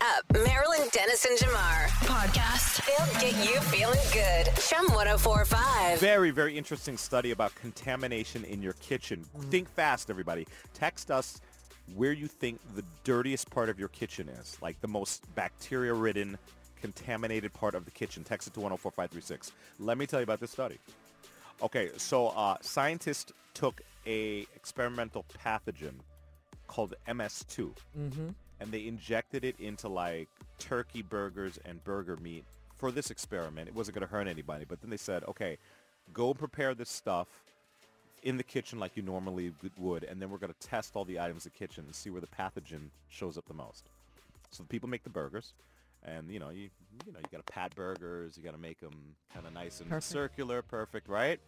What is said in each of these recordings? up. Marilyn Dennis and Jamar. Podcast. They'll get you feeling good. Chum 1045. Very, very interesting study about contamination in your kitchen. Think fast, everybody. Text us where you think the dirtiest part of your kitchen is, like the most bacteria-ridden, contaminated part of the kitchen. Text it to 104536. Let me tell you about this study. Okay, so uh, scientists took a experimental pathogen called MS2, and they injected it into like turkey burgers and burger meat for this experiment. It wasn't going to hurt anybody, but then they said, okay, go prepare this stuff in the kitchen like you normally w- would, and then we're going to test all the items in the kitchen and see where the pathogen shows up the most. So the people make the burgers, and you know, you you know, you got to pat burgers, you got to make them kind of nice and Perfect. circular, perfect, right?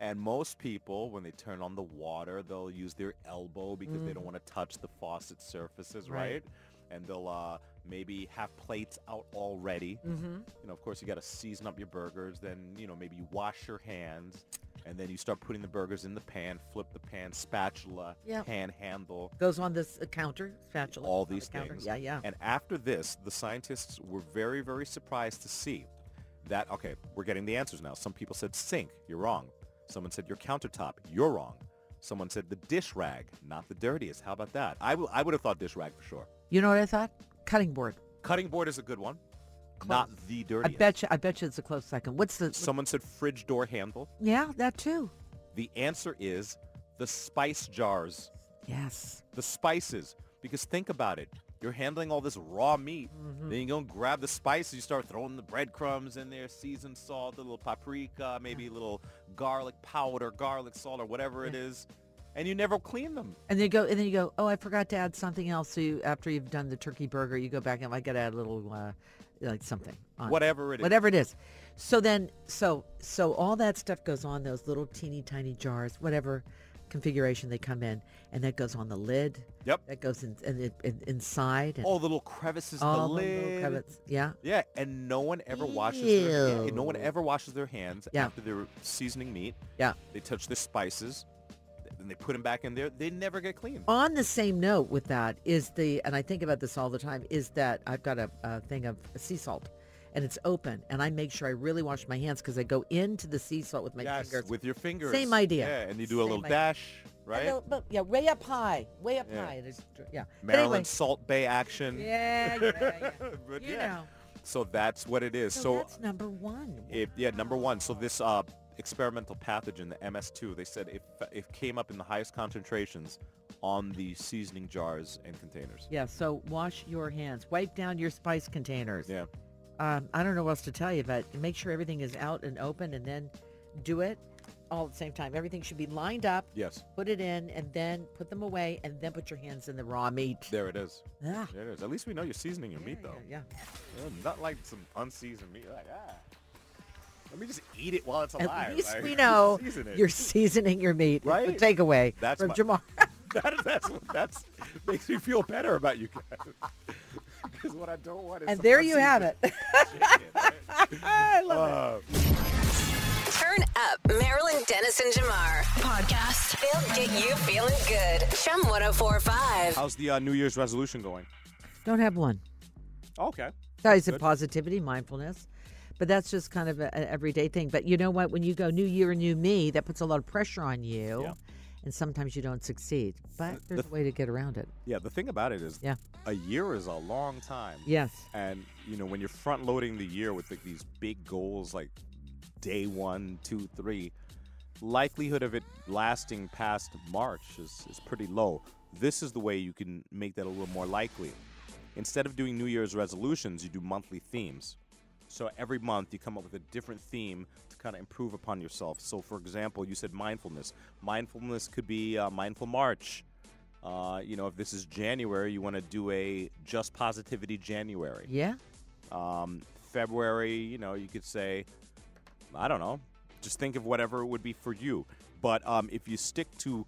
And most people, when they turn on the water, they'll use their elbow because they don't want to touch the faucet surfaces, right? Right. And they'll uh, maybe have plates out already. Mm-hmm. You know, of course, you got to season up your burgers. Then, you know, maybe you wash your hands, and then you start putting the burgers in the pan. Flip the pan, spatula, Yep. pan handle Goes on this uh, counter, spatula. all on the these counter. things. Yeah, yeah. And after this, the scientists were very, very surprised to see that, okay, we're getting the answers now. Some people said sink, you're wrong. Someone said your countertop, you're wrong. Someone said the dish rag, not the dirtiest. How about that? I would have thought dish rag for sure. you know what I thought? Cutting board. Cutting board is a good one, Close. not the I dirtiest. bet you. I bet you it's a close second. What's the? Someone said fridge door handle. yeah, that too. The answer is the spice jars. Yes. the spices. Because think about it. You're handling all this raw meat. Mm-hmm. Then you go and grab the spices. You start throwing the breadcrumbs in there, seasoned salt, a little paprika, maybe a little garlic powder, garlic salt, or whatever it is. And you never clean them. And then you go. And then you go. Oh, I forgot to add something else. So you, after you've done the turkey burger, you go back and I got to add a little, uh, like something. On it. Whatever it is. whatever it is. So then, so so all that stuff goes on those little teeny tiny jars, whatever configuration they come in, and that goes on the lid. Yep. That goes in, in, in inside. And All the little crevices, all the the little lid. covets. Yeah. Yeah, and no one ever washes their, Ew. no one ever washes their hands Yeah. after they're seasoning meat. Yeah. They touch the spices, then they put them back in there. They never get clean. On the same note with that is the, and I think about this all the time, is that I've got a, a thing of sea salt and it's open and I make sure I really wash my hands because I go into the sea salt with my yes, fingers. with your fingers. Same idea. Yeah, and you do a Same little idea. dash, And right? they'll- but yeah, way up high, way up Yeah. high. It is, yeah. But Maryland anyway, Salt Bay action. yeah, yeah, yeah. But you yeah. know. So that's what it is. So, So, that's number one. if, yeah, number one. So this uh, experimental pathogen, the MS2, they said it, it came up in the highest concentrations on the seasoning jars and containers. yeah. So wash your hands. Wipe down your spice containers. Yeah. Um, I don't know what else to tell you, but make sure everything is out and open, and then do it all at the same time. Everything should be lined up. Yes. Put it in, and then put them away, and then put your hands in the raw meat. There it is. Ah, There it is. At least we know you're seasoning your meat, though. yeah. Uh, Not like some unseasoned meat. Like, ah. Let me just eat it while it's At alive. least Like, we know season it. you're seasoning your meat. Right? It's the takeaway That's from my- Jamar. That, that's that's makes me feel better about you guys. Because what I don't want is and some there you have unseasoned it. chicken, right? I love it. Uh, Turn up Marilyn Dennis and Jamar. Podcast. They'll get you feeling good. Chum 1045. how's the uh, New Year's resolution going? Don't have one. Okay. Guys, in positivity, mindfulness. But that's just kind of a- an everyday thing. But you know what? When you go new year, new me, that puts a lot of pressure on you. Yeah. And sometimes you don't succeed. But there's the- a way to get around it. Yeah, the thing about it is Yeah. a year is a long time. Yes. And you know, when you're front loading the year with like these big goals like day one, two, three, likelihood of it lasting past March is, is pretty low. This is the way you can make that a little more likely. Instead of doing New Year's resolutions, you do monthly themes. So every month you come up with a different theme to kind of improve upon yourself. So, for example, you said mindfulness. Mindfulness could be uh, mindful March. Uh, you know, if this is January, you want to do a just positivity January. Yeah. Um, February, you know, you could say, I don't know, just think of whatever would be for you. But um, if you stick to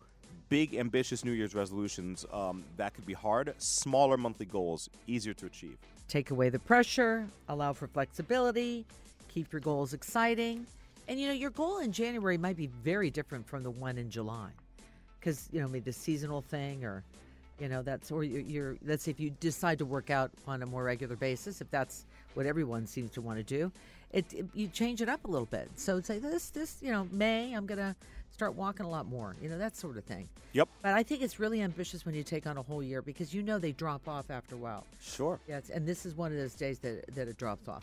big, ambitious New Year's resolutions, um, that could be hard. Smaller monthly goals, easier to achieve. Take away the pressure, allow for flexibility, keep your goals exciting. And you know, your goal in January might be very different from the one in July. Because, you know, maybe the seasonal thing or You know, that's or you- you're. That's if you decide to work out on a more regular basis. If that's what everyone seems to want to do, it, it- you change it up a little bit. So say this, this, you know, May I'm gonna start walking a lot more. You know, that sort of thing. Yep. But I think it's really ambitious when you take on a whole year because you know they drop off after a while. Sure. Yes, and this is one of those days that that it drops off.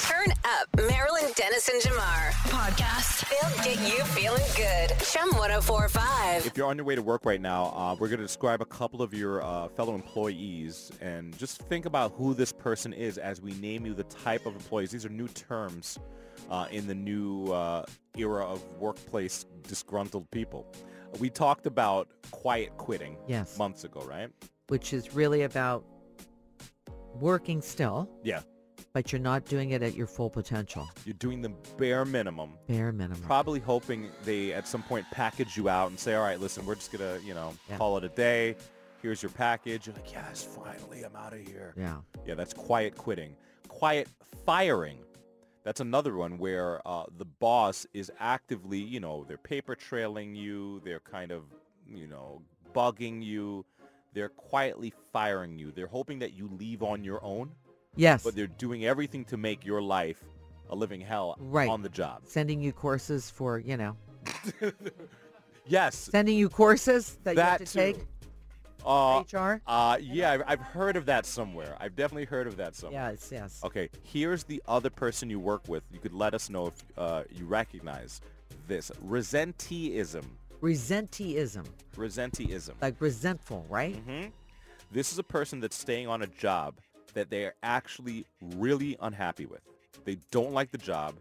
Turn up Marilyn Dennis and Jamar. Podcast. They'll get you feeling good. Chum 1045. If you're on your way to work right now, uh, we're going to describe a couple of your uh, fellow employees and just think about who this person is as we name you the type of employees. These are new terms uh, in the new uh, era of workplace disgruntled people. We talked about quiet quitting Yes. months ago, right? which is really about working still, Yeah. but you're not doing it at your full potential, You're doing the bare minimum bare minimum. probably hoping they at some point package you out and say, all right, listen, we're just going to, you know, Yeah. call it a day. Here's your package. You're like, yes, finally, I'm out of here. yeah. Yeah, that's quiet quitting. Quiet firing. That's another one where uh, the boss is actively, you know, they're paper trailing you. They're kind of, you know, bugging you. They're quietly firing you. They're hoping that you leave on your own, Yes. but they're doing everything to make your life a living hell Right. on the job. Sending you courses for, you know, Yes, sending you courses that, that you have to too. take. Uh, HR? Uh, yeah, I've, I've heard of that somewhere. I've definitely heard of that somewhere. Yes, yes. Okay, here's the other person you work with. You could let us know if uh, you recognize this. Resenteeism. Resenteeism, Resenteeism. like resentful, right? Mm-hmm. This is a person that's staying on a job that they are actually really unhappy with. They don't like the job.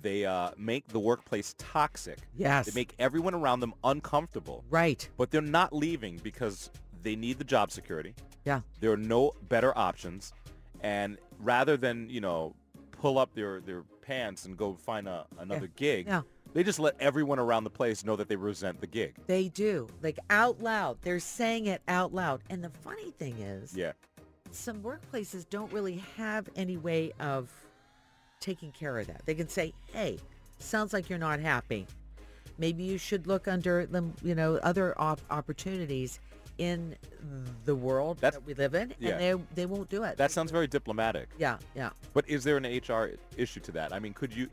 They uh, make the workplace toxic. Yes. They make everyone around them uncomfortable. Right. But they're not leaving because they need the job security. Yeah. There are no better options. And rather than, you know, pull up their, their pants and go find a, another gig, Yeah. they just let everyone around the place know that they resent the gig. They do. Like out loud. They're saying it out loud. And the funny thing is, Yeah. some workplaces don't really have any way of taking care of that. They can say, "Hey, sounds like you're not happy. Maybe you should look under them, you know, other op- opportunities in the world That's- that we live in." yeah. And they they won't do it. That sounds very diplomatic. yeah, yeah. But is there an HR issue to that? I mean, could you,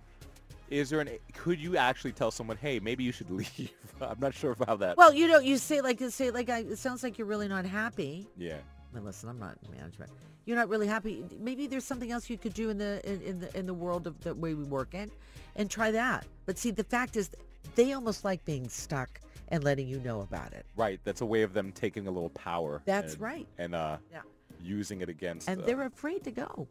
is there an, could you actually tell someone, hey, maybe you should leave? I'm not sure how that. Well, you know, you say like you say like I, it sounds like you're really not happy. yeah. Now, listen, I'm not in management. You're not really happy. Maybe there's something else you could do in the in, in the in the world of the way we work in, and try that. But see, the fact is, they almost like being stuck and letting you know about it. Right. That's a way of them taking a little power. That's and- right. And uh, Yeah. using it against. And uh, they're afraid to go.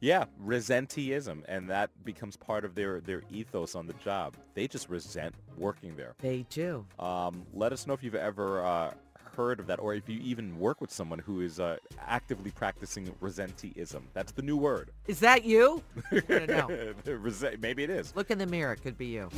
Yeah, resenteeism, and that becomes part of their their ethos on the job. They just resent working there. They do. Um, let us know if you've ever uh, heard of that, or if you even work with someone who is uh, actively practicing resenteeism. That's the new word. Is that you? I wanna know. Resent- Maybe it is. Look in the mirror. It could be you.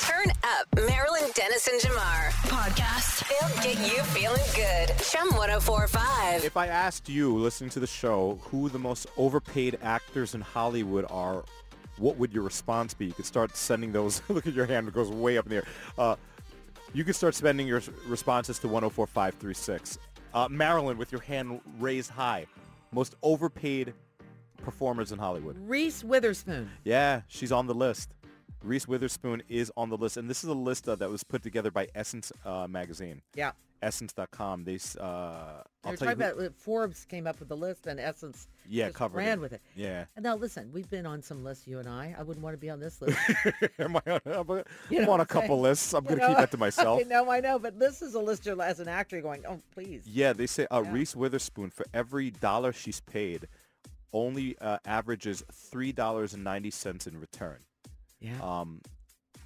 Turn up Marilyn Dennis and Jamar. Podcast. They'll get you feeling good. Chum 1045. If I asked you, listening to the show, who the most overpaid actors in Hollywood are, what would your response be? You could start sending those. look at your hand; it goes way up in the air. Uh, you could start sending your s- responses to 104536. Uh, Marilyn, with your hand raised high, most overpaid performers in Hollywood. Reese Witherspoon. Yeah, she's on the list. Reese Witherspoon is on the list, and this is a list uh, that was put together by Essence uh, magazine, Yeah. Essence.com. They s- uh, They're talking I'll tell you. who- about Forbes came up with the list, and Essence Yeah, just covered ran it. with it. Yeah. And now listen, we've been on some lists, you and I. I wouldn't want to be on this list. Am I on, I'm, a- You know I'm on a what I'm couple lists. I'm You going to keep know? that to myself. I know, I know, but this is a list you're- as an actor you're going, oh, please. Yeah, they say uh, Reese Witherspoon, for every dollar she's paid, only uh, averages $3.90 in return. Yeah. Um,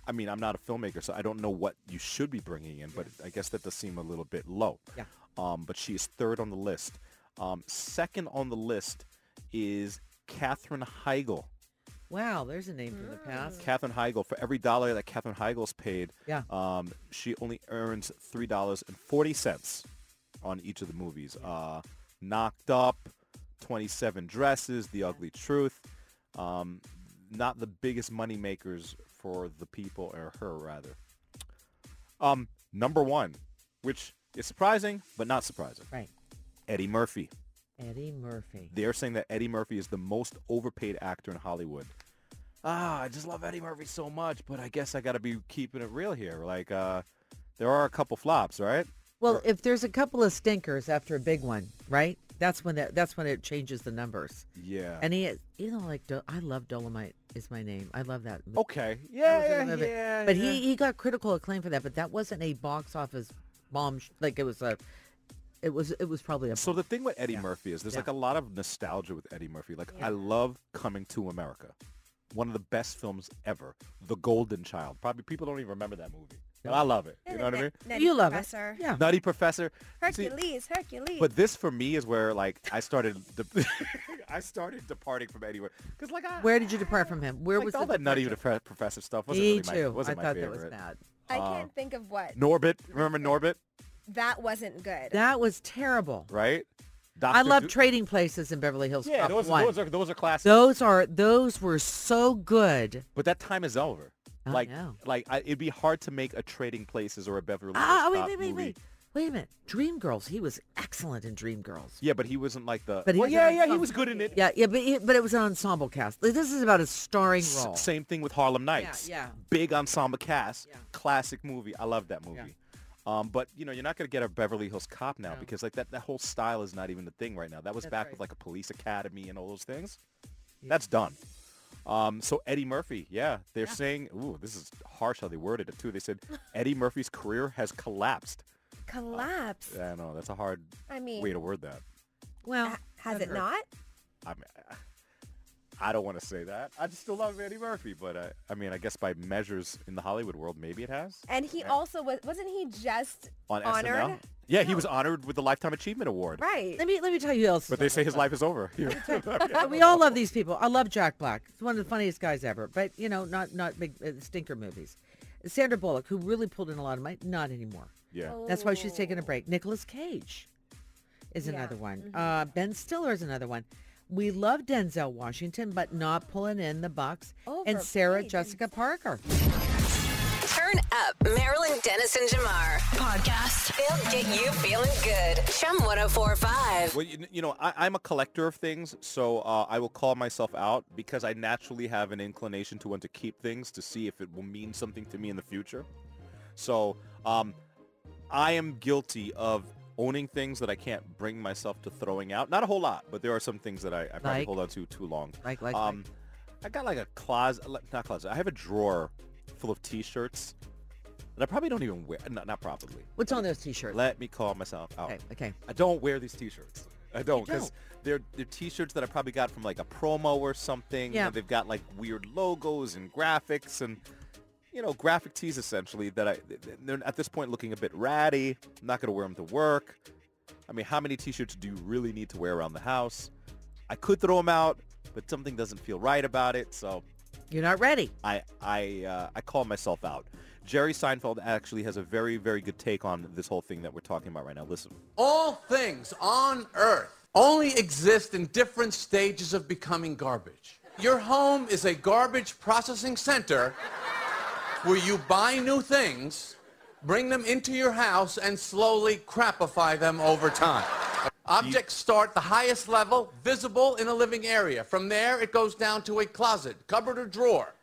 I mean, I'm not a filmmaker, so I don't know what you should be bringing in, but I guess that does seem a little bit low. Yeah. Um, but she is third on the list. Um, second on the list is Katherine Heigl. wow, there's a name from the past. Katherine Heigl, for every dollar that Katherine Heigl's paid, Yeah. um, she only earns three dollars and forty cents on each of the movies. Uh, Knocked Up, Twenty Seven Dresses, The Ugly Truth. Um, not the biggest money makers for the people or her rather. Um, number one, which It's surprising, but not surprising. Right. Eddie Murphy. Eddie Murphy. They're saying that Eddie Murphy is the most overpaid actor in Hollywood. Ah, I just love Eddie Murphy so much, but I guess I got to be keeping it real here. Like, uh, there are a couple flops, right? Well, if there's a couple of stinkers after a big one, right? That's when that, that's when it changes the numbers. Yeah. And he, you know, like Do- I love Dolomite is my name. I love that. movie. okay. Oh, Yeah, I yeah, love it. yeah. But yeah. he he got critical acclaim for that. But that wasn't a box office bomb. sh- Like it was a, it was it was probably a. So the thing with Eddie Murphy is there's Yeah. like a lot of nostalgia with Eddie Murphy. Like Yeah. I love Coming to America. One of the best films ever. The Golden Child. Probably people don't even remember that movie. But I love it. You know what I mean? you love Professor. it, yeah. Nutty Professor. See, Hercules, Hercules. But this for me is where like I started de- I started departing from anywhere because like I Where did you depart from him? Where like, was all the that nutty Profe- professor stuff wasn't Me really my, too. wasn't I my thought favorite. that was bad. I uh, can't think of what. Norbit, remember Norbit, That wasn't good. That was terrible. right? I Dr. love Do- Trading Places in Beverly Hills yeah, Cop those, One. those are those are classics. those are those were so good. But that time is over. I like, know. like I, it'd be hard to make a Trading Places or a Beverly Hills Ah, wait, Cop wait, wait, movie. wait, wait a minute. Dreamgirls. He was excellent in Dreamgirls. Yeah, but he wasn't like the. But he well, was yeah, in yeah, he some- was good in it. Yeah, yeah, but it, but it was an ensemble cast. Like, this is about a starring S- role. Same thing with Harlem Nights. yeah. Big ensemble cast. Yeah. Classic movie. I love that movie. Um, but you know, you're not gonna get a Beverly Hills Cop now No. because like that, that whole style is not even the thing right now. That was That's back right. with like a police academy and all those things. That's done. Um, so Eddie Murphy, yeah, they're saying, ooh, this is harsh how they worded it too. They said Eddie Murphy's career has collapsed. Collapse. I know that's a hard I mean, way to word that. Well, ha- has that it hurt. not? I mean, I don't want to say that. I just still love Eddie Murphy, but I, I mean, I guess by measures in the Hollywood world, maybe it has. And he also was. Wasn't he just On SNL, honored? yeah, he was honored with the Lifetime Achievement Award. Right. Let me let me tell you who else. But they is say on his life is over. Here. that. we all love these people. I love Jack Black. He's one of the funniest guys ever. But you know, not not big uh, stinker movies. Sandra Bullock, who really pulled in a lot of money, not anymore. yeah. That's why she's taking a Oh. break. Nicolas Cage is Yeah, Mm-hmm. another one. Uh, ben Stiller is another one. We love Denzel Washington, but not pulling in the bucks. Oh, and Sarah Overpaid, Jessica Parker. Turn up Marilyn Dennis and Jamar podcast. They'll get you feeling good. Chum 1045. Well, you, kn- you know, I, I'm a collector of things, so uh, I will call myself out because I naturally have an inclination to want to keep things to see if it will mean something to me in the future. So um, I am guilty of owning things that I can't bring myself to throwing out. Not a whole lot, but there are some things that I, I probably Like? hold on to too long. Like, like, like. um, I got like a closet, like- not closet. I have a drawer full of T-shirts that I probably don't even wear. Not, not probably. What's on those t-shirts? Let me call myself out. Okay, okay. I don't wear these T-shirts. I don't You because they're they're T-shirts that I probably got from like a promo or something. Yeah. and they've got like weird logos and graphics and you know graphic tees essentially that I they're at this point looking a bit ratty. I'm not gonna wear them to work. I mean, how many T-shirts do you really need to wear around the house? I could throw them out, but something doesn't feel right about it. So You're not ready. I I uh, I call myself out. Jerry Seinfeld actually has a very very good take on this whole thing that we're talking about right now. Listen. All things on earth only exist in different stages of becoming garbage. Your home is a garbage processing center where you buy new things, bring them into your house, and slowly crapify them over time. Objects start the highest level, visible in a living area. From there, it goes down to a closet, cupboard, or drawer.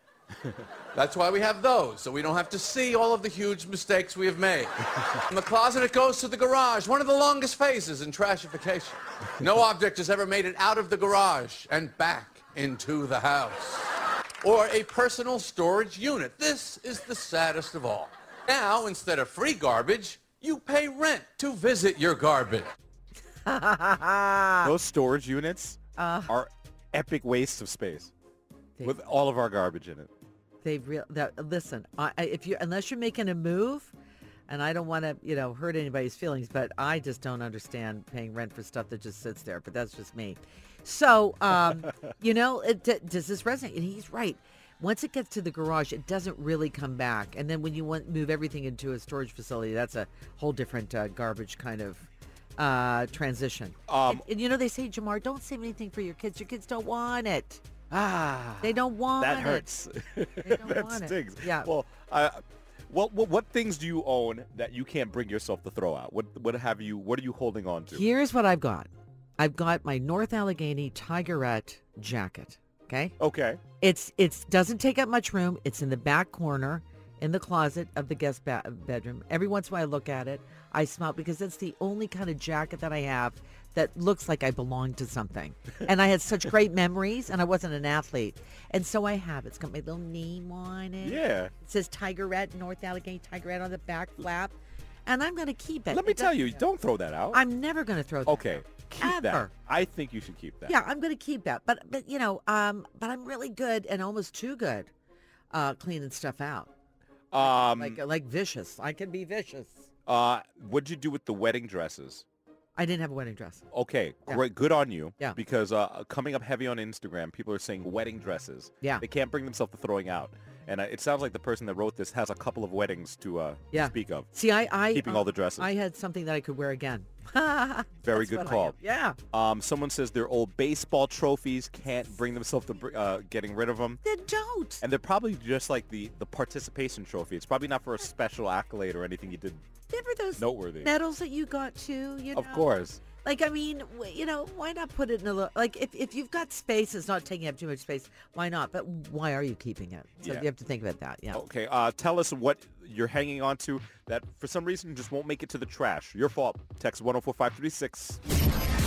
That's why we have those, so we don't have to see all of the huge mistakes we have made. From the closet, it goes to the garage, one of the longest phases in trashification. No object has ever made it out of the garage and back into the house. Or a personal storage unit. This is the saddest of all. Now, instead of free garbage, you pay rent to visit your garbage. Ah. those storage units are epic wastes of space They- with all of our garbage in it. They real that listen. I, I- if you unless you're making a move, and I don't want to you know hurt anybody's feelings, but I just don't understand paying rent for stuff that just sits there. But that's just me. So um, you know, it, d- does this resonate? And he's right. Once it gets to the garage, it doesn't really come back. And then when you want move everything into a storage facility, that's a whole different uh, garbage kind of uh, transition. Um, and, and you know they say, Jamar, don't save anything for your kids. Your kids don't want it. Ah, they don't want That it. hurts. They don't that want it. stings. Yeah. Well, I, What, what what things do you own that you can't bring yourself to throw out? What what have you? What are you holding on to? Here's what I've got. I've got my North Allegheny Tigerette jacket. Okay. Okay. It's it's doesn't take up much room. It's in the back corner in the closet of the guest ba- bedroom. Every once in a while I look at it. I smell it because it's the only kind of jacket that I have that looks like I belong to something. And I had such great memories and I wasn't an athlete. And so I have it. It's got my little name on it. Yeah. It says Tigerette, North Allegheny Tigerette on the back flap. And I'm going to keep it. Let me It tell doesn't- you, don't throw that out. I'm never going to throw that. okay. out. Keep that. Ever. I think you should keep that. Yeah, I'm going to keep that. But but you know, um, but I'm really good and almost too good, uh, cleaning stuff out. Um. Like like vicious. I can be vicious. uh. What'd you do with the wedding dresses? I didn't have a wedding dress. Okay, Yeah. great, good on you. Yeah. Because uh, coming up heavy on Instagram, people are saying wedding dresses. Yeah. They can't bring themselves to throwing out, and uh, it sounds like the person that wrote this has a couple of weddings to uh, Yeah. speak of. See, I I Keeping all the dresses. I had something that I could wear again. Very Very good call. Yeah. Um, someone says their old baseball trophies can't bring themselves to br- uh, getting rid of them. Then don't. And they're probably just like the, the participation trophy. It's probably not for a special accolade or anything you did. Remember those Noteworthy. medals that you got too. You know. Of course. Like I mean, w- you know, why not put it in a little? Like if, if you've got space, it's not taking up too much space. Why not? But why are you keeping it? So Yeah. you have to think about that. Yeah. Okay, uh, tell us what you're hanging on to that for some reason just won't make it to the trash. Your fault. Text 104536.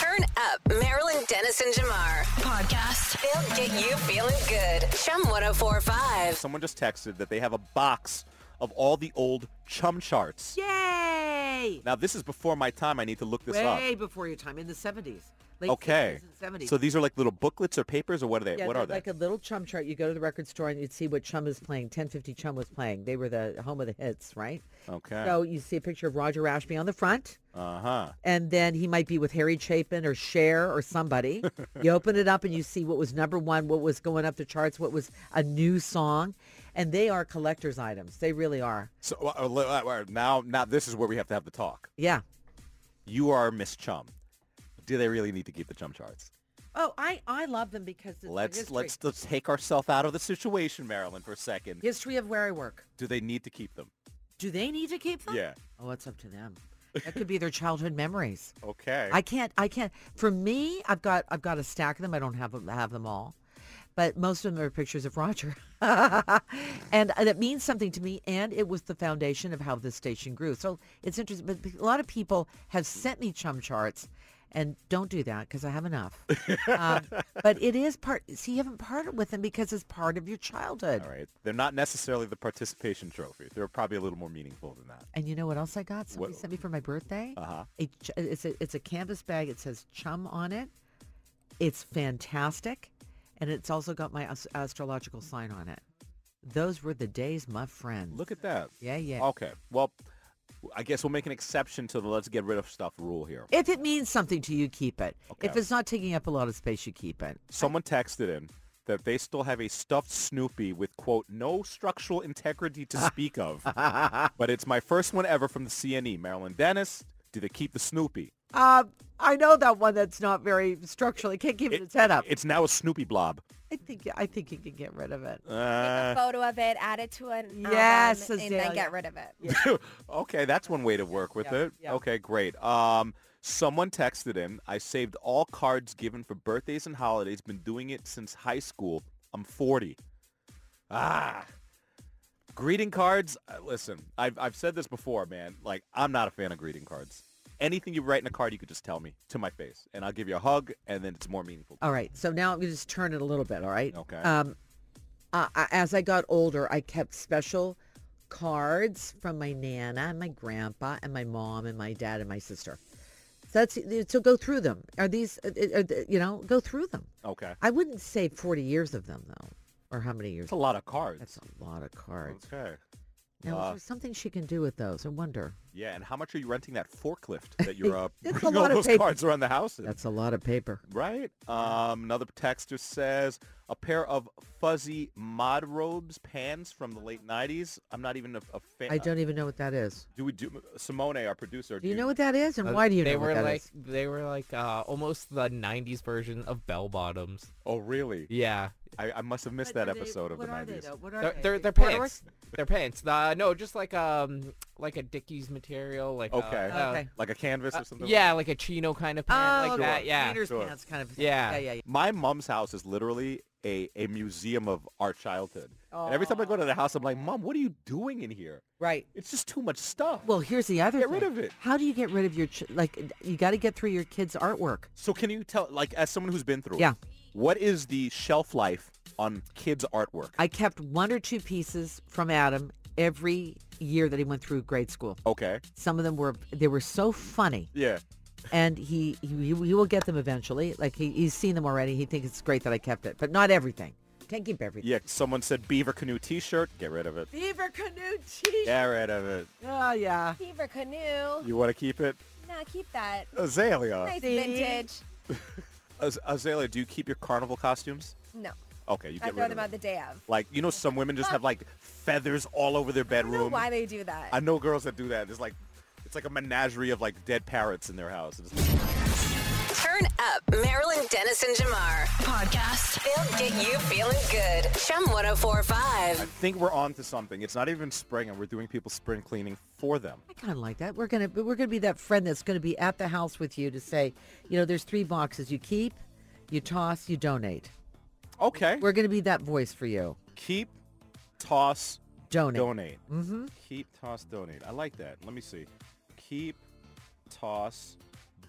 Turn up Marilyn Dennis and Jamar. Podcast. They'll get you feeling good. Chum 1045. Someone just texted that they have a box of all the old chum charts. Yay! Now, this is before my time. I need to look this up. Way before your time in the seventies. Late Okay. 60s and 70s. So these are like little booklets or papers or what are they? Yeah, what they're are they? Like a little chum chart. You go to the record store and you'd see what chum is playing. 1050 chum was playing. They were the home of the hits, right? Okay. So you see a picture of Roger Ashby on the front, Uh-huh. and then he might be with Harry Chapin or Cher or somebody. you open it up and you see what was number one, what was going up the charts, what was a new song, and they are collector's items. They really are. So uh, uh, li- uh, uh, now, now this is where we have to have the talk. Yeah. You are Miss Chum. Do they really need to keep the chum charts? Oh, I I love them because it's the Let's history. let's let's take ourselves out of the situation, Marilyn, for a second. history of where I work. Do they need to keep them? Do they need to keep them? Yeah. Oh, it's up to them. That could be their childhood memories. Okay. I can't. I can't. For me, I've got I've got a stack of them. I don't have them- have them all, but most of them are pictures of Roger, and it means something to me. And it was the foundation of how this station grew. So it's interesting. But a lot of people have sent me chum charts, and don't do that because I have enough. um, but it is part. See, you haven't parted with them because it's part of your childhood. All right. They're not necessarily the participation trophy. They're probably a little more meaningful than that. And you know what else I got? Somebody What- sent me for my birthday. Uh-huh. A ch- it's a it's a canvas bag. It says chum on it. It's fantastic, and it's also got my as- astrological sign on it. Those were the days, my friend. Look at that. Yeah, yeah. Okay. Well, I guess we'll make an exception to the let's get rid of stuff rule here. If it means something to you, keep it. If Okay. it's not taking up a lot of space, you keep it. Someone texted in that they still have a stuffed Snoopy with, quote, no structural integrity to speak of. but it's my first one ever from the CNE. Marilyn Dennis, do they keep the Snoopy? Uh, I know that one that's not very structural. It can't keep it, It- its head up. It's now a Snoopy blob. I think I think you can get rid of it. Take a photo of it, add it to an Yes, album, and then Azalea. get rid of it. okay, that's one way to work with Yeah, it. yeah. Okay, great. Um, someone texted in, I saved all cards given for birthdays and holidays. Been doing it since high school. I'm 40. Ah. Greeting cards, uh, listen, I've, I've said this before, man. Like, I'm not a fan of greeting cards. Anything you write in a card, you could just tell me to my face, and I'll give you a hug, and then it's more meaningful. All right. So now I'm going to just turn it a little bit. All right. Okay. Um, uh, as I got older, I kept special cards from my nana and my grandpa and my mom and my dad and my sister. So that's so go through them. Are these? uh, uh, uh, you know, go through them. Okay. I wouldn't say 40 years of them though, or how many years? That's a lot of cards. That's a lot of cards. Okay. Now, Uh, is there something she can do with those? I wonder. Yeah, and how much are you renting that forklift that you're uh, It's a bringing all lot of those paper. cards around the house? in? That's a lot of paper. Right? Um, another texter says, a pair of fuzzy mod robes, pants from the late 90s. I'm not even a, a fan. Uh, I don't even know what that is. Do we do, uh, Simone, our producer. Do you know what that is, and why do you Uh, they know were what that is? like they were like uh, almost the '90s version of bell bottoms. Oh, really? Yeah, I, I must have missed that episode of the 90s. What they're they're, they're pants. They're pants. Uh, no, just like um like a Dickies material. Like uh, Okay. uh, Okay. Like a canvas or something? yeah, like a chino kind of pant, like that. Yeah. Peter's Sure. Oh, pants kind of. Yeah. yeah, yeah. yeah. My mom's house is literally a, a museum of our childhood. And every time I go to the house, I'm like, Mom, what are you doing in here? Right. It's just too much stuff. Well, here's the other Get thing. rid of it. How do you get rid of your ch- like? You got to get through your kids' artwork. So can you tell, like, as someone who's been through it, Yeah. what is the shelf life on kids' artwork? I kept one or two pieces from Adam every year that he went through grade school. okay. Some of them were they were so funny, Yeah. and he he, he will get them eventually. Like he, he's seen them already. He thinks it's great that I kept it, but not everything. Can't keep everything. Yeah. Someone said beaver canoe T-shirt. Get rid of it. Beaver canoe t Get rid of it. Oh yeah. Beaver canoe. You want to keep it? Nah, keep that. Azalea. Nice vintage. Az- Azalea, do you keep your carnival costumes? No, Okay, you get I rid throw of them it. out the day of. Like you know, some women just have like feathers all over their I don't know bedroom. why they do that. Um, I know girls that do that. It's like it's like a menagerie of like dead parrots in their house. It's like- Turn up Marilyn Dennis and Jamar podcast. They'll get you feeling good. Chum 1045. I think we're on to something. It's not even spring, and we're doing people spring cleaning for them. I kind of like that. We're gonna we're gonna be that friend that's gonna be at the house with you to say, you know, there's three boxes you keep, you toss, you donate. Okay. We're gonna be that voice for you. Keep, toss, Donate. donate. Mm-hmm. Keep, toss, donate. I like that. Let me see. Keep, toss,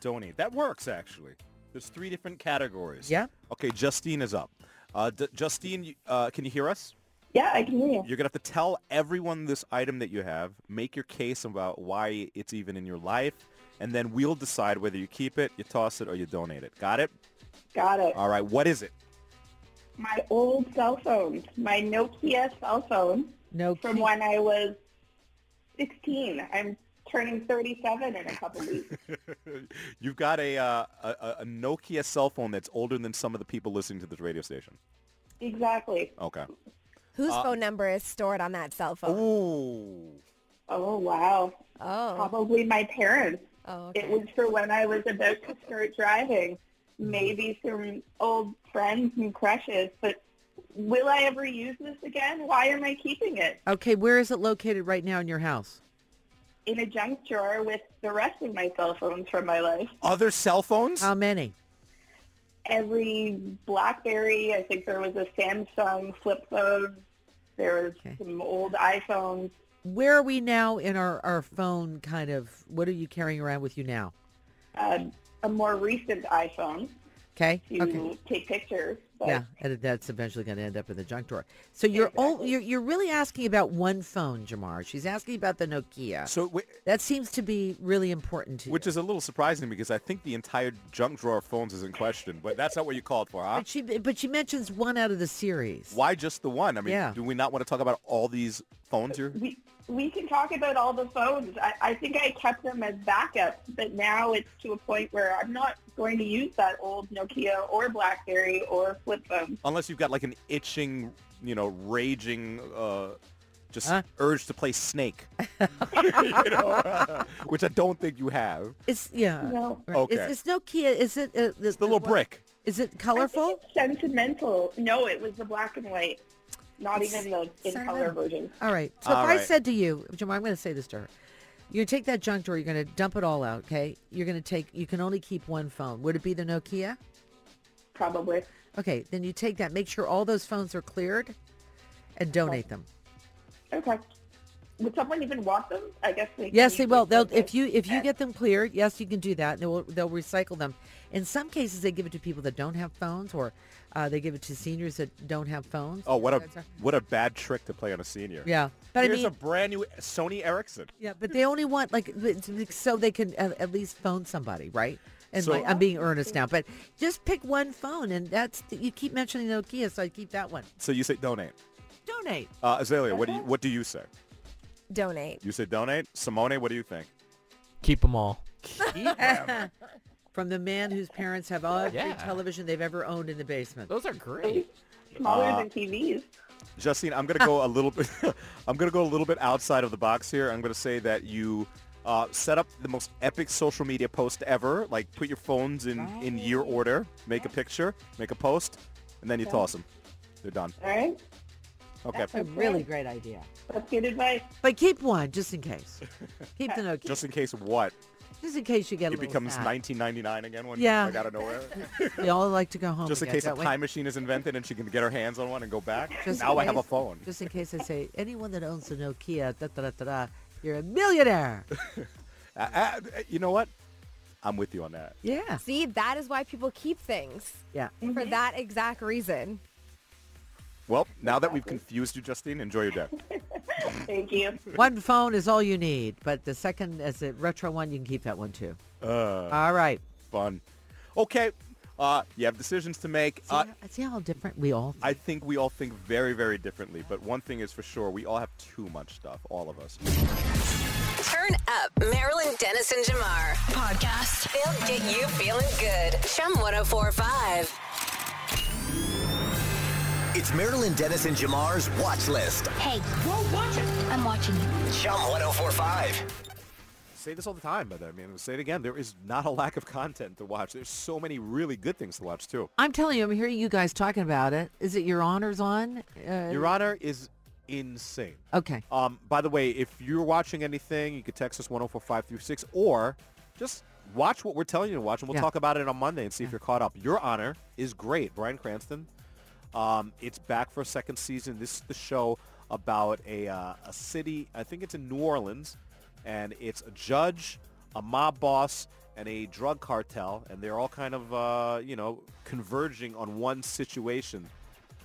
donate. That works actually. There's three different categories. Yeah. Okay, Justine is up. Uh, D- Justine, you- uh, can you hear us? Yeah, I can hear you. You're gonna have to tell everyone this item that you have. Make your case about why it's even in your life, and then we'll decide whether you keep it, you toss it, or you donate it. Got it? Got it. All right. What is it? My old cell phone, my Nokia cell phone No. from keep- when I was 16. I'm turning 37 in a couple weeks. You've got a, uh, a a- a Nokia cell phone that's older than some of the people listening to this radio station. exactly. Okay. Whose uh, phone number is stored on that cell Oh. phone? Ooh. Oh, wow. Oh. Probably my parents. Oh, It was for when I was about to start driving. Maybe some old friends and crushes, but will I ever use this again? Why am I keeping it? Okay, where is it located right now in your house? In a junk drawer with the rest of my cell phones from my life. Other cell phones? How many? every BlackBerry. I think there was a Samsung flip phone. There was Okay. some old iPhones. Where are we now in our, our phone kind of what are you carrying around with you now? Um, a more recent iPhone Okay? to Okay. take pictures. But Yeah, and that's eventually going to end up in the junk drawer. So you're all you're, you're really asking about one phone, Jamar. She's asking about the Nokia. So, whi- That seems to be really important to you. which is a little surprising because I think the entire junk drawer of phones is in question, but that's not what you called for, huh? But she but she mentions one out of the series. Why just the one? I mean, Yeah. do we not want to talk about all these phones you're we we can talk about all the phones. I, I think I kept them as backups, but now it's to a point where I'm not going to use that old Nokia or BlackBerry or flip phone. unless you've got like an itching, you know, raging, uh, just Huh? urge to play Snake, you know, which I don't think you have. It's yeah. No. right. It's- Okay. It's, Nokia. Is it uh, the, It's the little what- brick. Is it I think colorful? it's sentimental. No, it was the black and white, not It's even the in color sentimental. version. All right. So All if I right. said to you, Jamar, I'm going to say this to her. You take that junk drawer. You're going to dump it all out. Okay. You're going to take. You can only keep one phone. Would it be the Nokia? Probably. Okay. Then you take that. Make sure all those phones are cleared, and donate them. Okay. Would someone even want them? I guess they. Yes, need they to will. They'll purchase. if you if you get them cleared. Yes, you can do that. They will they'll recycle them. In some cases, they give it to people that don't have phones, or uh, they give it to seniors that don't have phones. Oh, what a That's right. what a bad trick to play on a senior. Yeah, but Here's I mean, a brand new Sony Ericsson. yeah, but they only want like it's- it's so they can uh, at, at least phone somebody, right? And So- like, I'm being earnest now, but just pick one phone, and that's you keep mentioning Nokia, so I keep that one. So you say donate. Donate. Uh, Azalea, what do you what do you say? Donate. You say donate. Simone, what do you think? Keep them all. From the man whose parents have every Yeah. Oh, television they've ever owned in the basement. Those are great. Smaller uh, than TVs. Justine, I'm going to go a little bit. I'm going to go a little bit outside of the box here. I'm going to say that you uh, set up the most epic social media post ever. Like, put your phones in Oh. in year order, make a picture, make a post, and then you toss them. They're done. All right. Okay. a really great idea. That's good advice. But keep one just in case. Keep the note. Just in case what just in case you get a it little becomes fat. 1999 again when Yeah. Oh like out of nowhere. We all like to go home. Just in again, case a don't we? time machine is invented and she can get her hands on one and go back. Just now in I have a case. phone. Just in case I say anyone that owns a Nokia, da da da da, da you're a millionaire. Uh, uh, you know what? I'm with you on that. Yeah. See, that is why people keep things Yeah. for that exact reason. Well, now that we've confused you, Justine, enjoy your day. Thank you. One phone is all you need, but the second is a retro one. You can keep that one too. Uh. all right. Fun. Okay. Uh, you have decisions to make. See, Uh, how, see how different we all. I think we all think very, very differently, but one thing is for sure, we all have too much stuff, all of us. Turn up Marilyn Dennis and Jamar. Podcast. They'll get you feeling good. Chum 1045. It's Marilyn Dennis and Jamar's watch list. Hey. Whoa, watch it. I'm watching you. Chum 1045. Say this all the time, but I mean, say it again. There is not a lack of content to watch. There's so many really good things to watch, too. I'm telling you, I'm hearing you guys talking about it. Is it your honors on? Uh, Your Honor is insane. okay. Um, by the way, if you're watching anything, you could text us 104536 or just watch what we're telling you to watch and we'll Yeah. talk about it on Monday and see if you're caught up. Your Honor is great. Brian Cranston. Um, it's back for a second season. This is the show about a, uh, a city, I think it's in New Orleans, and it's a judge, a mob boss, and a drug cartel, and they're all kind of, uh, you know, converging on one situation.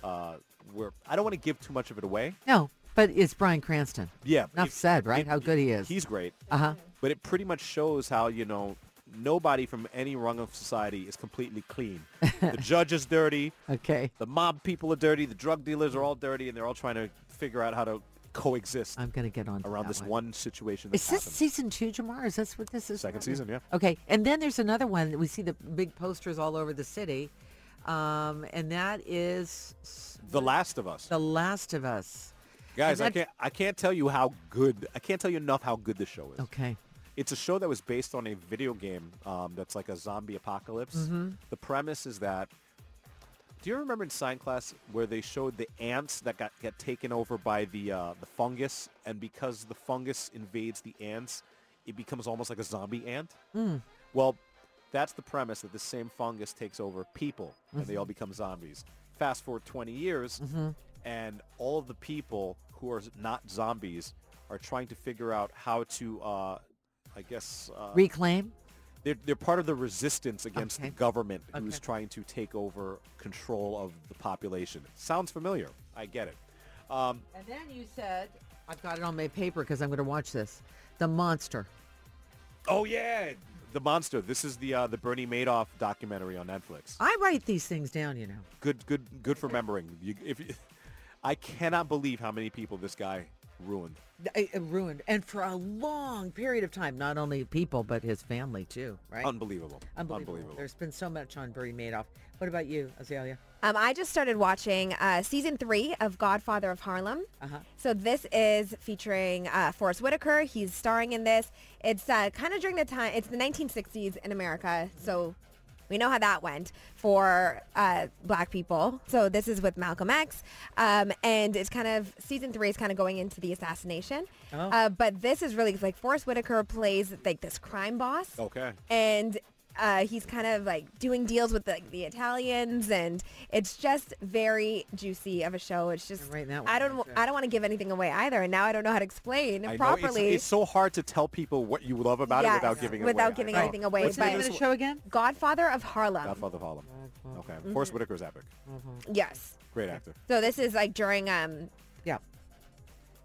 Uh, where I don't want to give too much of it away, No, but it's Brian Cranston. yeah. Enough said, right? How good he is. He's great. Uh huh. But it pretty much shows how, you know, nobody from any rung of society is completely clean. the judge is dirty. Okay. The mob people are dirty. The drug dealers are all dirty. And they're all trying to figure out how to coexist I'm gonna get on to around that this one. one situation Is that's this happened. season two, Jamar? Is this what this is? Second about? season, yeah. Okay, and then there's another one. that We see the big posters all over the city, um, and that is s- The Last of Us. The Last of Us. Guys, I that- can't, I can't tell you how good, I can't tell you enough how good this show is. Okay. It's a show that was based on a video game um, that's like a zombie apocalypse. The premise is that. Do you remember in science class where they showed the ants that got, got taken over by the uh, the fungus, and because the fungus invades the ants, it becomes almost like a zombie ant? Well, that's the premise that the same fungus takes over people and Mm-hmm. they all become zombies. Fast forward 20 years and all of the people who are not zombies are trying to figure out how to, uh, I guess, uh, Reclaim. they're, they're part of the resistance against Okay. the government who's Okay. trying to take over control of the population. Sounds familiar. I get it. Um, And then you said, I've got it on my paper because I'm going to watch this. The Monster. oh, yeah. The Monster. This is the uh, the Bernie Madoff documentary on Netflix. I write these things down, you know. good good good for remembering you, if you, i cannot believe how many people this guy ruined It, it ruined, and for a long period of time, not only people but his family too. Right. unbelievable Unbelievable. There's been so much on Bernie Madoff. What about you, Azalea? Um, I just started watching uh, season three of Godfather of Harlem. Uh-huh. So this is featuring uh, Forrest Whitaker. He's starring in this. It's uh, kind of during the time, it's the 1960s in America. So we know how that went for uh, black people. So this is with Malcolm X. Um, and it's kind of, season three is kind of going into the assassination. Uh, but this is really, like Forrest Whitaker plays like this crime boss okay and uh, he's kind of like doing deals with like the Italians, and it's just very juicy of a show. It's just I'm writing that I one don't down, too. I don't want to give anything away either, and now I don't know how to explain I know, it's- properly. it's, so hard to tell people what you love about it Yes, without giving it without away. I giving know. anything away, What's the name but- of Is this it a one? show again? Godfather of Harlem. Godfather of Harlem. Okay. Mm-hmm. Forrest Whitaker's epic. Yes. Great actor. So this is like during um Yeah.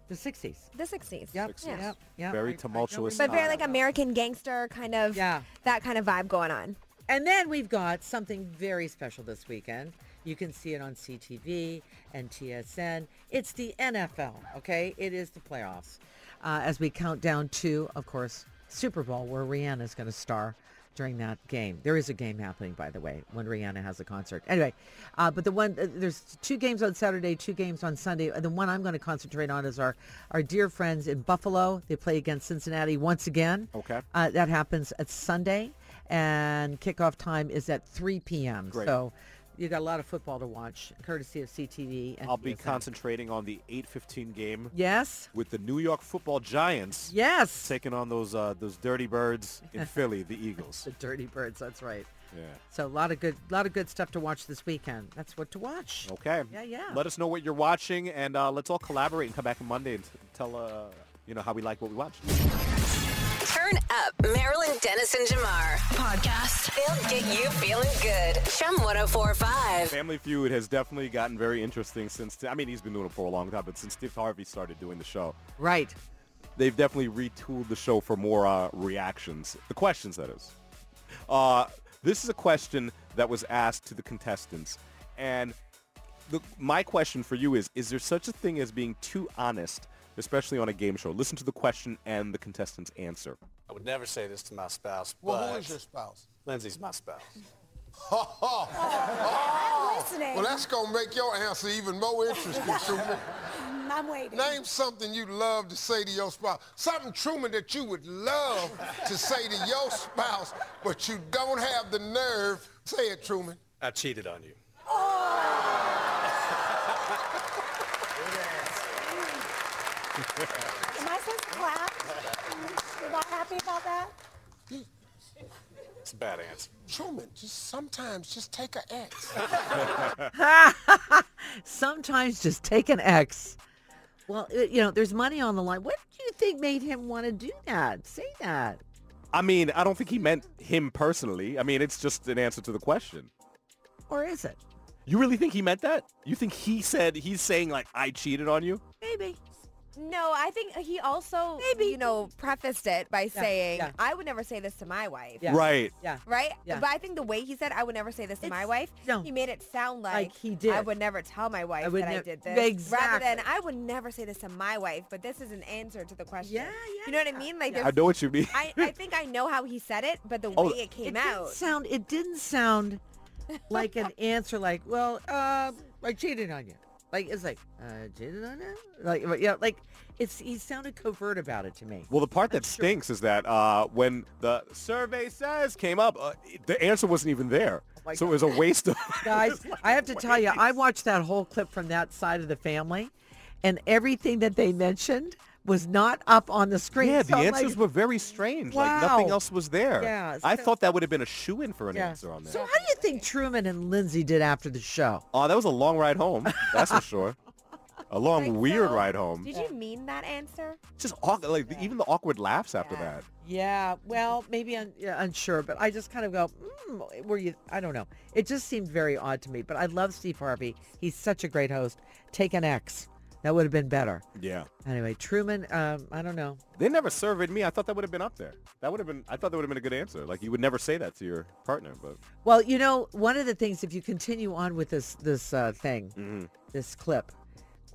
The 60s. the 60s. Yep. Sixties. Yep. Yep. Very I- I don't tumultuous. But very time. like American gangster kind of Yeah. that kind of vibe going on. And then we've got something very special this weekend. You can see it on CTV and TSN. It's the NFL, okay? It is the playoffs. Uh, as we count down to, of course, Super Bowl where Rihanna's going to star during that game. There is a game happening, by the way, when Rihanna has a concert. Anyway, uh, but the one uh, there's two games on Saturday, two games on Sunday. Uh, The one I'm going to concentrate on is our our dear friends in Buffalo. They play against Cincinnati once again. Okay. uh, that happens at Sunday, and kickoff time is at 3 p.m. So. You got a lot of football to watch, courtesy of CTV. And I'll be TSN. concentrating on the 8:15 game Yes, with the New York Football Giants yes. taking on those uh, those dirty birds in Philly, the Eagles. The Dirty Birds. That's right. Yeah. So a lot of good, lot of good stuff to watch this weekend. That's what to watch. Okay. Yeah, yeah. Let us know what you're watching, and uh, let's all collaborate and come back on Monday and t- tell uh, you know how we like what we watched. Turn up Marilyn Dennis and Jamar podcast. They'll get you feeling good. oh Shum 1045. Family Feud has definitely gotten very interesting since I mean he's been doing it for a long time, but since Steve Harvey started doing the show, Right. they've definitely retooled the show for more uh, reactions. The questions, that is. Uh, this is a question that was asked to the contestants. And the, my question for you is, is there such a thing as being too honest, especially on a game show? Listen to the question and the contestant's answer. I would never say this to my spouse, Well, but who is your spouse? Lindsay's my spouse. listening. Well, that's gonna make your answer even more interesting to me. I'm waiting. Name something you love to say to your spouse. Something Truman that you would love to say to your spouse, but you don't have the nerve. Say it, Truman. I cheated on you. Am I supposed to clap? Am I happy about that? It's a bad answer. Truman, just sometimes just take an X. Sometimes just take an X. Well, uh, you know, there's money on the line. What do you think made him want to do that? Say that. I mean, I don't think he meant him personally. I mean, it's just an answer to the question. Or is it? You really think he meant that? You think he said, he's saying like, I cheated on you? Maybe. No, I think he also, Maybe. you know, prefaced it by saying, yeah. I would never say this to my wife. Yeah. Right. Yeah. Right? Yeah. But I think the way he said, I would never say this to my It's- wife, no. he made it sound like, Like he did. I would never tell my wife would that I nev- did this. Rather than, Exactly. I would never say this to my wife, but this is an answer to the question. Yeah, You know what I yeah, mean? Like, I there's know what you mean. I, I think I know how he said it, but the Oh, way it came it out. Didn't sound. It didn't sound like an answer. Like, well, uh, I cheated on you. Like it's like uh, cheated on you. Like yeah, like it's he sounded covert about it to me. Well, the part that stinks is that uh, when the survey says came up, uh, the answer wasn't even there. Oh my so it was a waste of. guys i have to tell you i watched that whole clip from that side of the family and everything that they mentioned was not up on the screen yeah, the So I'm answers like, were very strange. Like nothing Wow. else was there. Yeah, I so- thought that would have been a shoe in for an yeah. answer on so that. how do you think truman and lindsay did after the show Oh, that was a long ride home. That's for sure. A long, Like, weird so, ride home. Did you mean that answer? Just awkward, like the- even the awkward laughs after Yeah. that. yeah well maybe un- yeah, unsure but i just kind of go mm, were you i don't know it just seemed very odd to me but i love steve harvey he's such a great host take an x that would have been better Yeah. anyway truman um, i don't know They never surveyed me. I thought that would have been up there. That would have been. I thought that would have been a good answer. Like you would never say that to your partner, but Well, you know, one of the things, if you continue on with this this uh, thing, this clip,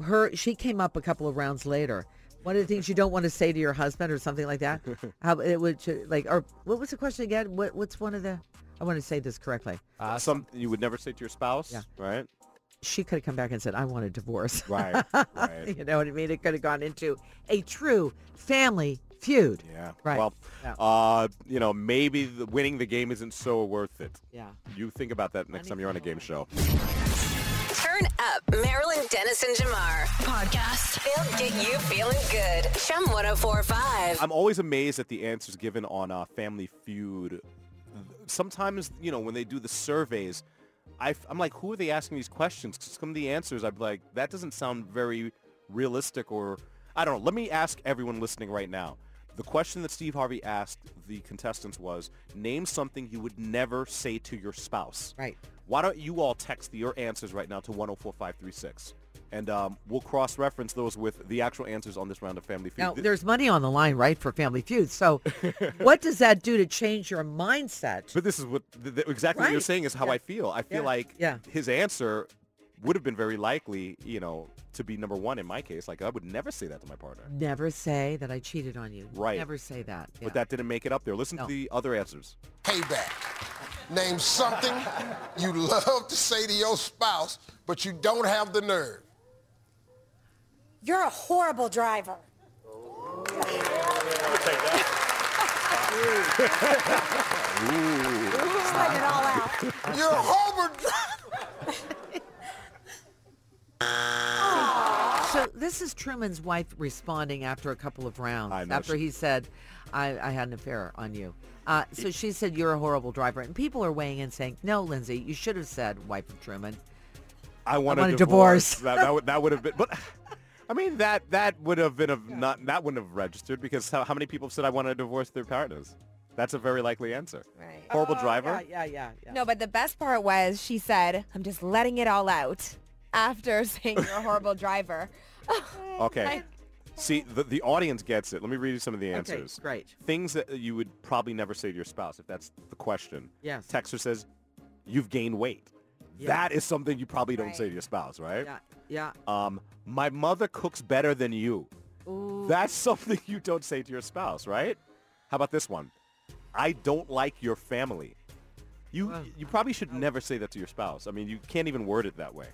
her she came up a couple of rounds later. One of the things you don't want to say to your husband or something like that, how it would like, or what was the question again? What what's one of the? I want to say this correctly. uh, some you would never say to your spouse, Yeah. right? She could have come back and said, "I want a divorce." Right. Right. you know what I mean? It could have gone into a true family feud. Yeah. Right. Well, Yeah. uh, you know, maybe the, winning the game isn't so worth it. Yeah. You think about that next time you're on a game show. Turn up Marilyn Dennis and Jamar podcast. They'll get you feeling good. oh Shum 1045. I'm always amazed at the answers given on uh, Family Feud. Sometimes, you know, when they do the surveys, I, am like, who are they asking these questions? 'Cause some of the answers, I'm like, that doesn't sound very realistic or, I don't know. Let me ask everyone listening right now. The question that Steve Harvey asked the contestants was, name something you would never say to your spouse. Right. Why don't you all text your answers right now to 104536? And um, we'll cross-reference those with the actual answers on this round of Family Feud. Now, Th- there's money on the line, right, for Family Feud. So, what does that do to change your mindset? But this is what th- th- exactly what you're Right. saying is how I feel. I feel Yeah. like Yeah. his answer would have been very likely, you know, to be number one in my case. Like I would never say that to my partner. Never say that I cheated on you. Right. Never say that. Yeah. But that didn't make it up there. Listen No. to the other answers. Payback. Name something you love to say to your spouse, but you don't have the nerve. You're a horrible driver. Slug it all out. You're a horrible driver. So this is Truman's wife responding after a couple of rounds. I know after she- he said, I, I had an affair on you. Uh, so she said, you're a horrible driver. And people are weighing in saying, no, Lindsay, you should have said wife of Truman. I want, want a a divorce. divorce. that, that would that would have been, but I mean that that would have been a, not that wouldn't have registered because how, how many people have said I want to divorce their partners? That's a very likely answer. Right. Horrible driver. Oh, Yeah, yeah, yeah. yeah. No, but the best part was she said, I'm just letting it all out after saying you're a horrible driver. Okay. See, the, the audience gets it. Let me read you some of the Okay, answers. great. Things that you would probably never say to your spouse, if that's the question. Yes. Texter says, you've gained weight. Yeah. That is something you probably don't Right. say to your spouse, right? Yeah, yeah. Um, my mother cooks better than you. That's something you don't say to your spouse, right? How about this one? I don't like your family. You Wow. you probably Oh. should never say that to your spouse. I mean, you can't even word it that way.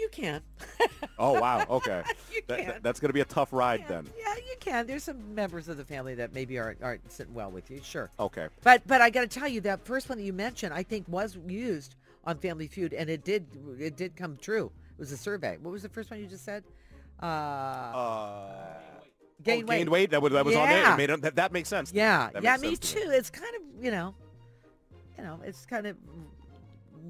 You can. Oh wow, okay. You That- that- can't. that's gonna be a tough ride then. Yeah, you can. There's some members of the family that maybe aren't, aren't sitting well with you. Sure. Okay. But but I got to tell you that first one that you mentioned, I think was used on Family Feud, and it did it did come true. It was a survey. What was the first one you just said? Uh, gain Uh, Oh, weight. Gained weight. That was, that was on there. Yeah. It made, it- that, that makes sense. to me. Yeah, That yeah, makes me sense to too. It's kind of you know, you know, it's kind of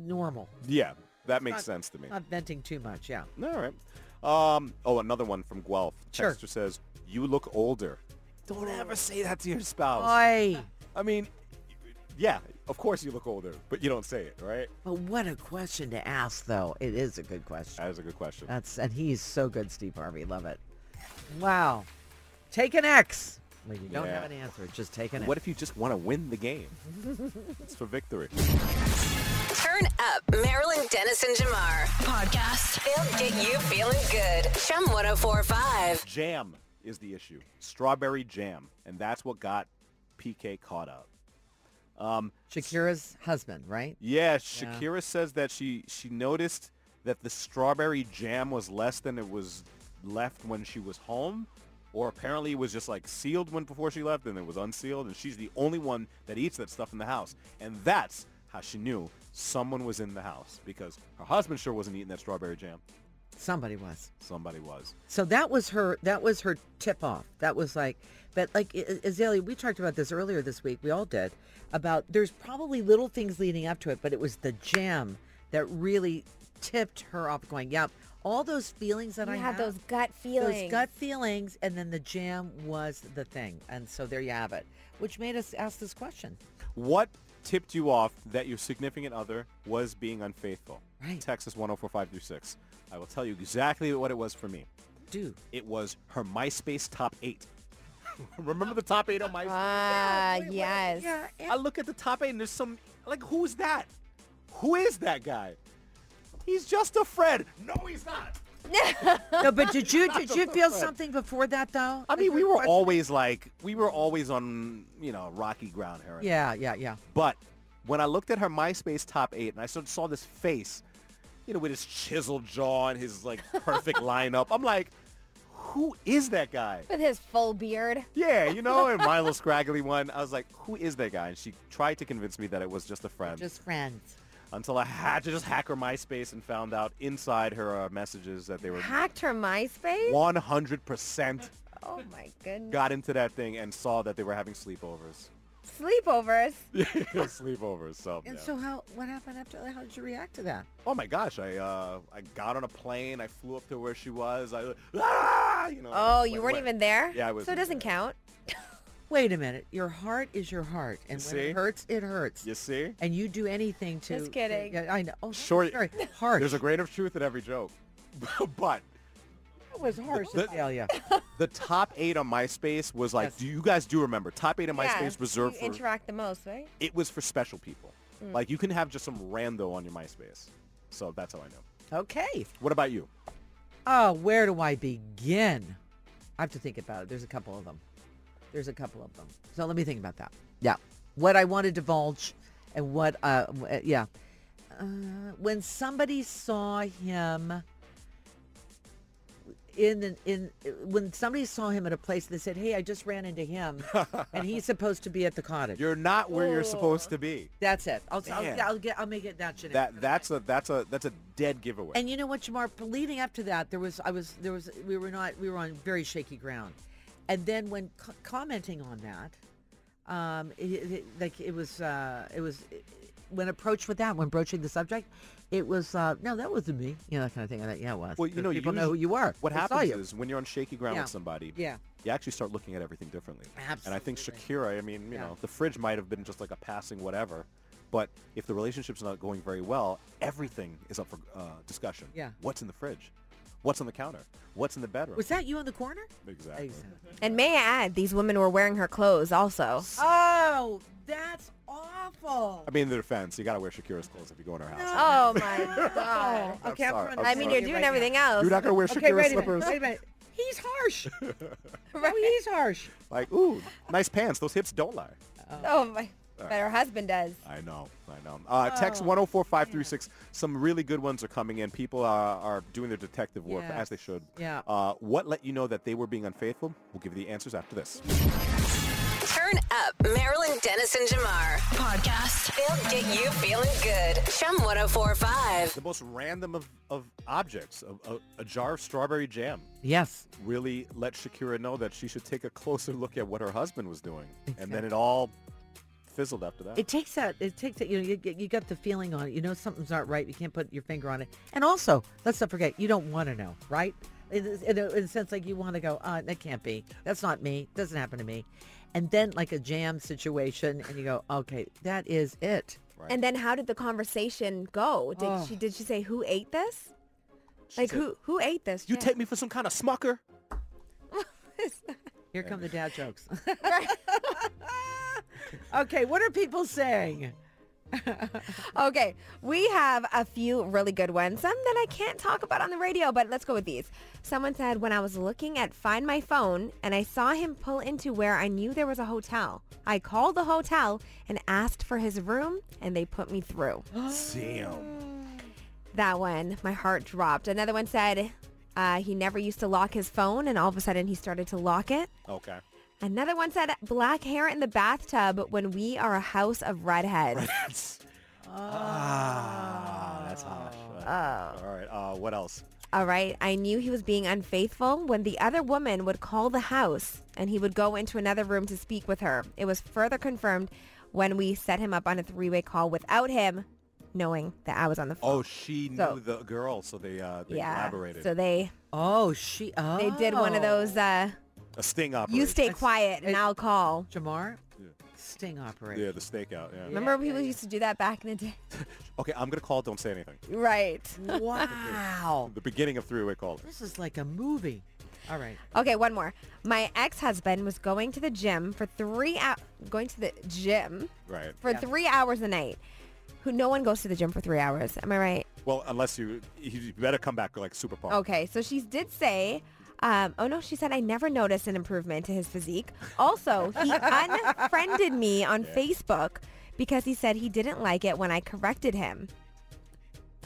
normal. Yeah, that makes not- sense to me. Not venting too much. Yeah. All right. Um. Oh, another one from Guelph. Sure. Texter says, "You look older." Don't ever say that to your spouse. Boy, I mean, yeah, of course you look older, but you don't say it, right? but what a question to ask, though. It is a good question. That is a good question. That's and he's so good, Steve Harvey. Love it. Wow. Take an X. When you don't have Yeah. an answer, just take an What X. if you just want to win the game? it's for victory. Turn up Marilyn Dennis and Jamar. Podcast. They'll get you feeling good. oh Chum 1045. Jam is the issue. Strawberry jam, and that's what got PK caught up. Shakira's husband, right? Yeah, Shakira says that she she noticed that the strawberry jam was less than it was left when she was home, or apparently it was just like sealed when before she left, and it was unsealed, and she's the only one that eats that stuff in the house, and that's how she knew someone was in the house because her husband sure wasn't eating that strawberry jam. Somebody was. Somebody was. So that was her. That was her tip off. That was like, but like I- I- Azalea, we talked about this earlier this week. We all did about there's probably little things leading up to it, but it was the jam that really tipped her off. Going, yep, all those feelings that You I had have, those gut Those feelings. gut feelings, and then the jam was the thing. And so there you have it, which made us ask this question. What tipped you off that your significant other was being unfaithful? Right. Texas 1045 through 6. I will tell you exactly what it was for me. Do it was her MySpace top eight. Remember the top eight on MySpace? Ah, yes. yeah, I look at the top eight and there's some, like, who's that? Who is that guy? He's just a friend. No, he's not. no, but did you did you feel But- something before that though? I Like, mean, we were question- always like, we were always on, you know, rocky ground here. Yeah, yeah, yeah. But when I looked at her MySpace top eight and I sort of saw this face, you know, with his chiseled jaw and his, like, perfect lineup, I'm like, who is that guy? With his full beard. Yeah, you know, and my little scraggly one. I was like, who is that guy? And she tried to convince me that it was just a friend Just friends. until I had to just hack her MySpace and found out inside her uh, messages that they were Hacked her MySpace? 100% Oh my goodness. got into that thing and saw that they were having sleepovers. Sleepovers. sleepovers. So, And yeah. so how what happened after that? How did you react to that? oh my gosh, I uh, I got on a plane. I flew up to where she was. I, ah, you know. Oh, like, you went- weren't even there? Yeah, I wasn't So it doesn't there. count. Wait a minute. Your heart is your heart, and when see? it hurts, it hurts. You see? And you do anything to. Just to- kidding. yeah, I know. Oh, Short- Sorry. Harsh. There's a grain of truth in every joke. but That was harsh. the- Azalea. the top eight on MySpace was like, Yes. do you guys do remember? Top eight on MySpace yeah. reserved you for interact Mm. the most, right? it was for special people. Like you can have just some rando on your MySpace. So that's how I know. Okay. What about you? Oh, where do I begin? I have to think about it. There's a couple of them. There's a couple of them. So let me think about that. Yeah. What I want to divulge and what, uh, w- uh, yeah. Uh, when somebody saw him in, an- in, when somebody saw him at a place, they said, hey, I just ran into him and he's supposed to be at the cottage. You're not where you're supposed to be. That's it. I'll, I'll, Man. I'll get, I'll make it that generic. That that's a that's a that's a dead giveaway. And you know what, Jamar? p- Leading up to that, there was I was there was we were not we were on very shaky ground, and then when co- commenting on that, um, it, it- like it was uh, it was when approached with that when broaching the subject, it was uh, no that wasn't me, you know that kind of thing. I thought yeah it was. well, you know, people you know who you are. What They saw happens you. is when you're on shaky ground Yeah. with somebody, Yeah. you actually start looking at everything differently. And I think Absolutely. Shakira, I mean, you Yeah. know, the fridge might have been just like a passing whatever, but if the relationship's not going very well, everything is up for uh, discussion. Yeah. What's in the fridge? What's on the counter? What's in the bedroom? was that you in the corner? Exactly. And may I add, these women were wearing her clothes also. Oh, that's awful. I mean, in the defense, you gotta wear Shakira's clothes if you go in her house. Oh my god. Oh, okay, I'm sorry, throwing I'm this I mean, you're at you doing right everything now. else. You're not gonna wear Okay, Shakira wait a minute. slippers. Wait a minute. He's harsh. No, he is harsh. Like, ooh, nice pants. Those hips don't lie. Oh my. All right. That her husband does. I know, I know. Uh, text Oh, 104536. Some really good ones are coming in. People are, are doing their detective work as they Yes. should. Yeah. Uh, what let you know that they were being unfaithful? We'll give you the answers after this. Turn up Marilyn Dennis and Jamar podcast. They'll get you feeling good. oh Shum 1045. The most random of, of objects, of, a a jar of strawberry jam, Yes. really let Shakira know that she should take a closer look at what her husband was doing. And then it all fizzled after that. It takes that. It takes that. You know, you, get- you got the feeling on it. You know, something's not right. You can't put your finger on it. And also, let's not forget, you don't want to know, right? In, the- in, a, in a sense, like you want to go, uh, that can't be. That's not me. Doesn't happen to me. And then, like a jam situation, and you go, okay, that is it. And then how did the conversation go? Did Oh. she did she say who ate this? said, like who who ate this? you Yeah. take me for some kind of smucker? Here come the dad jokes. okay, what are people saying? Okay, we have a few really good ones. Some that I can't talk about on the radio, but let's go with these. Someone said, when I was looking at Find My Phone and I saw him pull into where I knew there was a hotel, I called the hotel and asked for his room and they put me through. Damn. That one, my heart dropped. Another one said, uh, he never used to lock his phone and all of a sudden he started to lock it. Okay. Another one said, black hair in the bathtub when we are a house of redheads. That's, ah, that's Oh. harsh. All right. Uh, what else? All right, I knew he was being unfaithful when the other woman would call the house and he would go into another room to speak with her. It was further confirmed when we set him up on a three-way call without him knowing that I was on the phone. Oh, she knew So- the girl, so they uh, they yeah. collaborated. So they Oh, she. Oh. they did one of those uh, a sting operation. you stay quiet and I'll call. Jamar, Yeah. sting operation. Yeah, the stakeout. Yeah. Remember people used to do that back in the day? Okay, I'm gonna call. Don't say anything. Right. Wow. The beginning of three-way calling. This is like a movie. All right. Okay, one more. My ex-husband was going to the gym for 3 hours going to the gym Right. for three hours a night. Who no one goes to the gym for three hours. Am I right? Well, unless you you better come back like super pumped. Okay, so she did say. Um, oh no, she said I never noticed an improvement to his physique. Also, he unfriended me on Facebook because he said he didn't like it when I corrected him,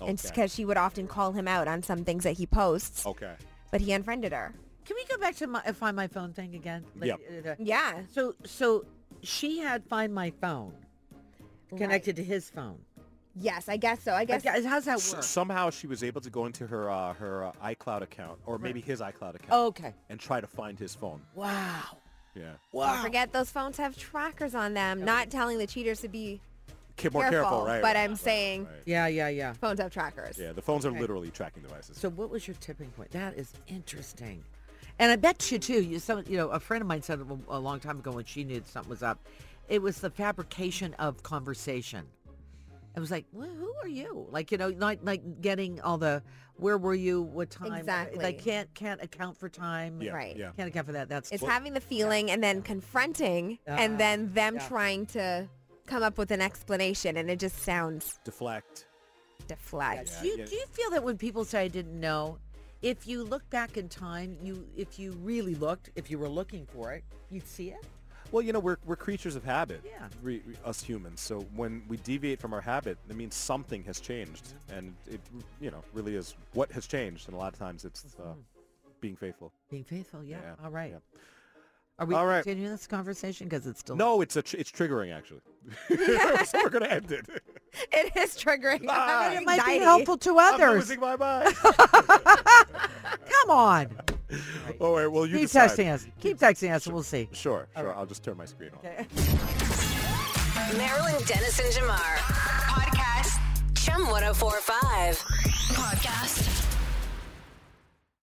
and Okay. because she would often call him out on some things that he posts. Okay. But he unfriended her. Can we go back to my, uh, find my phone thing again? uh, the- Yeah. So so she had find my phone connected to his phone. Yes, I guess so. I I guess. guess, how's that S- work? somehow she was able to go into her uh, her uh, iCloud account, or maybe his iCloud account, Oh. okay. and try to find his phone. Wow. Yeah. Don't forget those phones have trackers on them. Not telling the cheaters to be Get more careful, careful, right? but right, I'm right, saying right. Yeah, yeah, yeah. phones have trackers. Yeah, the phones are literally tracking devices. So what was your tipping point? That is interesting. And I bet you too. You some you know a friend of mine said a, a long time ago when she knew something was up, it was the fabrication of conversation. It was like, well, who are you? Like you know, not like getting all the where were you, what time? Exactly. Like can't can't account for time. yeah, right. Yeah. Can't account for that. That's It's having the feeling and then confronting and then them Ah, yeah. trying to come up with an explanation and it just sounds Deflect. deflect. Do you, do you feel that when people say I didn't know, if you look back in time, you if you really looked, if you were looking for it, you'd see it? Well, you know, we're, we're creatures of habit, Yeah. re, re- us humans. So when we deviate from our habit, it means something has changed. And it, you know, really is what has changed. And a lot of times it's uh, being faithful. Being faithful, Mm-hmm. yeah. Yeah, All right. Are we All right. continuing this conversation? Because it's still No, it's a tr- it's triggering, actually. so we're going to end it. It is triggering. I'm Ah. having it might be anxiety. helpful to I'm others. losing my mind. Come on. All right, well, you Keep decide. texting us. Keep texting us and we'll see. Sure, sure. I'll just turn my screen on. oh Marilyn Dennis and Jamar. Podcast Chum 1045.